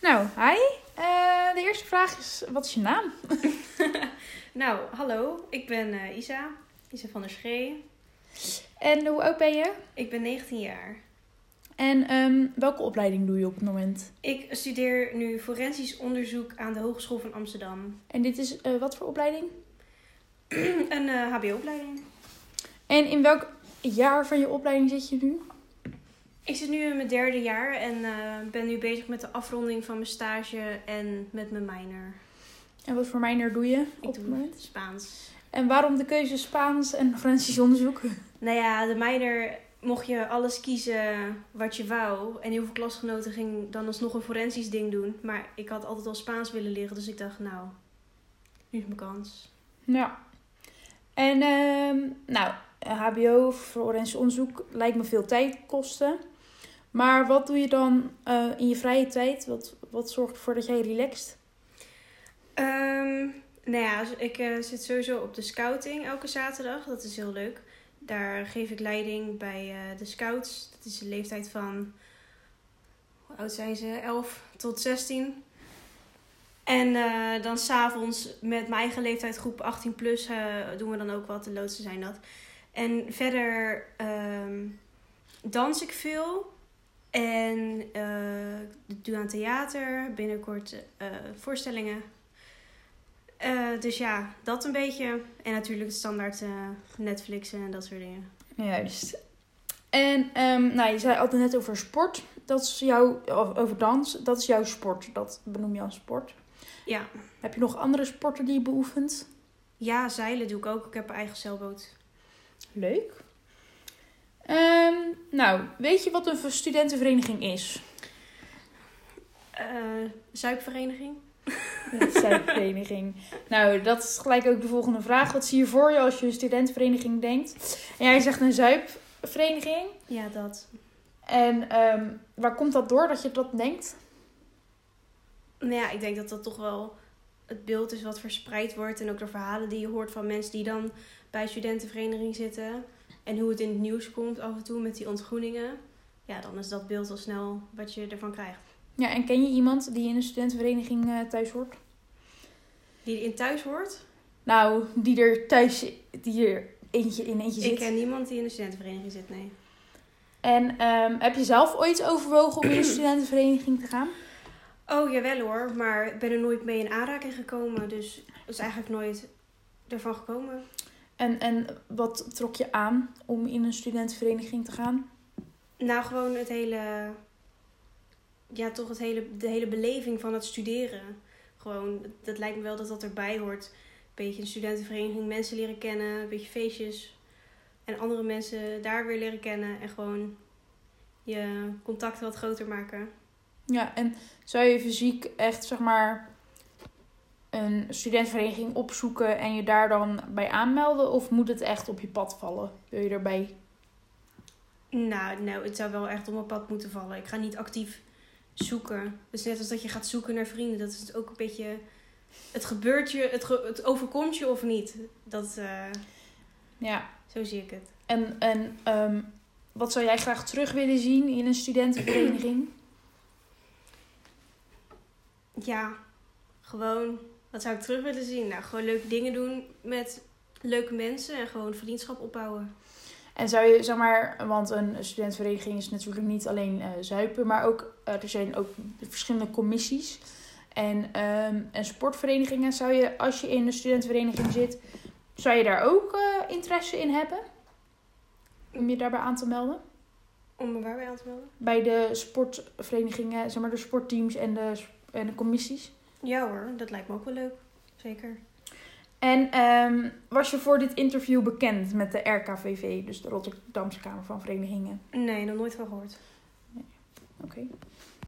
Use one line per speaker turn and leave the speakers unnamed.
Nou, hi. Eh, de eerste vraag is, wat is je naam?
Nou, hallo, ik ben eh, Isa. Isa van der Schee.
En hoe oud ben je?
Ik ben 19 jaar.
En ehm, welke opleiding doe je op het moment?
Ik studeer nu forensisch onderzoek aan de Hogeschool van Amsterdam.
En dit is eh, wat voor opleiding?
Een eh, HBO-opleiding.
En in welk jaar van je opleiding zit je nu?
Ik zit nu in mijn derde jaar en eh, ben nu bezig met de afronding van mijn stage en met mijn minor.
En wat voor mijner doe je
Ik
op het
doe
moment?
Spaans.
En waarom de keuze Spaans en Forensisch onderzoek?
Nou ja, de minor mocht je alles kiezen wat je wou. En heel veel klasgenoten gingen dan alsnog een forensisch ding doen. Maar ik had altijd al Spaans willen leren, dus ik dacht, nou, nu is mijn kans.
Nou. En ehm, nou, HBO, of forensisch onderzoek, lijkt me veel tijd kosten. Maar wat doe je dan eh, in je vrije tijd? Wat, wat zorgt ervoor dat jij relaxed?
Ehm, nou ja, dus ik eh, zit sowieso op de scouting elke zaterdag. Dat is heel leuk. Daar geef ik leiding bij eh, de scouts. Dat is de leeftijd van, hoe oud zijn ze? 11 tot 16. En eh, dan s'avonds met mijn eigen leeftijd, groep 18 plus, eh, doen we dan ook wat. De loodsen zijn dat. En verder ehm, dans ik veel. En eh, ik doe aan theater, binnenkort eh, voorstellingen. Eh, dus ja, dat een beetje. En natuurlijk de standaard eh Netflix en dat soort dingen.
Juist. En ehm, nou, je zei altijd net over sport. Dat is jouw, of over dans. Dat is jouw sport. Dat benoem je als sport.
Ja.
Heb je nog andere sporten die je beoefent?
ja, zeilen doe ik ook. Ik heb een eigen zeilboot.
Leuk. Ehm, nou, weet je wat een studentenvereniging is?
Eh zuipvereniging.
Dat is een vereniging. Nou, dat is gelijk ook de volgende vraag. Wat zie je voor je als je een studentenvereniging denkt? En jij zegt een zuipvereniging.
Ja, dat.
En ehm, waar komt dat door dat je dat denkt?
Nou ja, ik denk dat dat toch wel het beeld is wat verspreid wordt. En ook de verhalen die je hoort van mensen die dan bij studentenvereniging zitten. En hoe het in het nieuws komt af en toe met die ontgroeningen. Ja, dan is dat beeld al snel wat je ervan krijgt.
Ja, en ken je iemand die in een studentenvereniging eh, thuis hoort?
Die in thuis hoort.
Nou, die er thuis, die er eentje in eentje zit.
Ik ken niemand die in de studentenvereniging zit, nee.
En ehm, heb je zelf ooit overwogen om in een studentenvereniging te gaan?
Oh, jawel hoor, maar ik ben er nooit mee in aanraking gekomen. Dus dat is eigenlijk nooit ervan gekomen.
En, en wat trok je aan om in een studentenvereniging te gaan?
Nou, gewoon het hele... Ja, toch het hele, de hele beleving van het studeren. Gewoon, dat lijkt me wel dat dat erbij hoort. Beetje een studentenvereniging, mensen leren kennen, een beetje feestjes. En andere mensen daar weer leren kennen. En gewoon je contacten wat groter maken.
Ja, en zou je fysiek echt, zeg maar, een studentenvereniging opzoeken en je daar dan bij aanmelden? Of moet het echt op je pad vallen? Wil je erbij?
Nou, nou, het zou wel echt op mijn pad moeten vallen. Ik ga niet actief zoeken. Dus net als dat je gaat zoeken naar vrienden, dat is ook een beetje. Het gebeurt je, het, ge- het overkomt je of niet. Dat, eh,
Ja.
zo zie ik het.
En, en ehm, wat zou jij graag terug willen zien in een studentenvereniging?
Ja, gewoon. Wat zou ik terug willen zien? Nou, gewoon leuke dingen doen met leuke mensen en gewoon vriendschap opbouwen.
En zou je, zeg maar, want een studentenvereniging is natuurlijk niet alleen eh, zuipen, maar ook, eh, er zijn ook verschillende commissies. En, ehm, en sportverenigingen zou je, als je in een studentenvereniging zit, zou je daar ook eh, interesse in hebben? Om je daarbij aan te melden?
Om me waarbij aan te melden?
Bij de sportverenigingen, zeg maar, de sportteams en de, en de commissies.
Ja hoor, dat lijkt me ook wel leuk. Zeker.
En ehm, was je voor dit interview bekend met de RKVV, dus de Rotterdamse Kamer van Verenigingen?
Nee, nog nooit van gehoord.
Oké.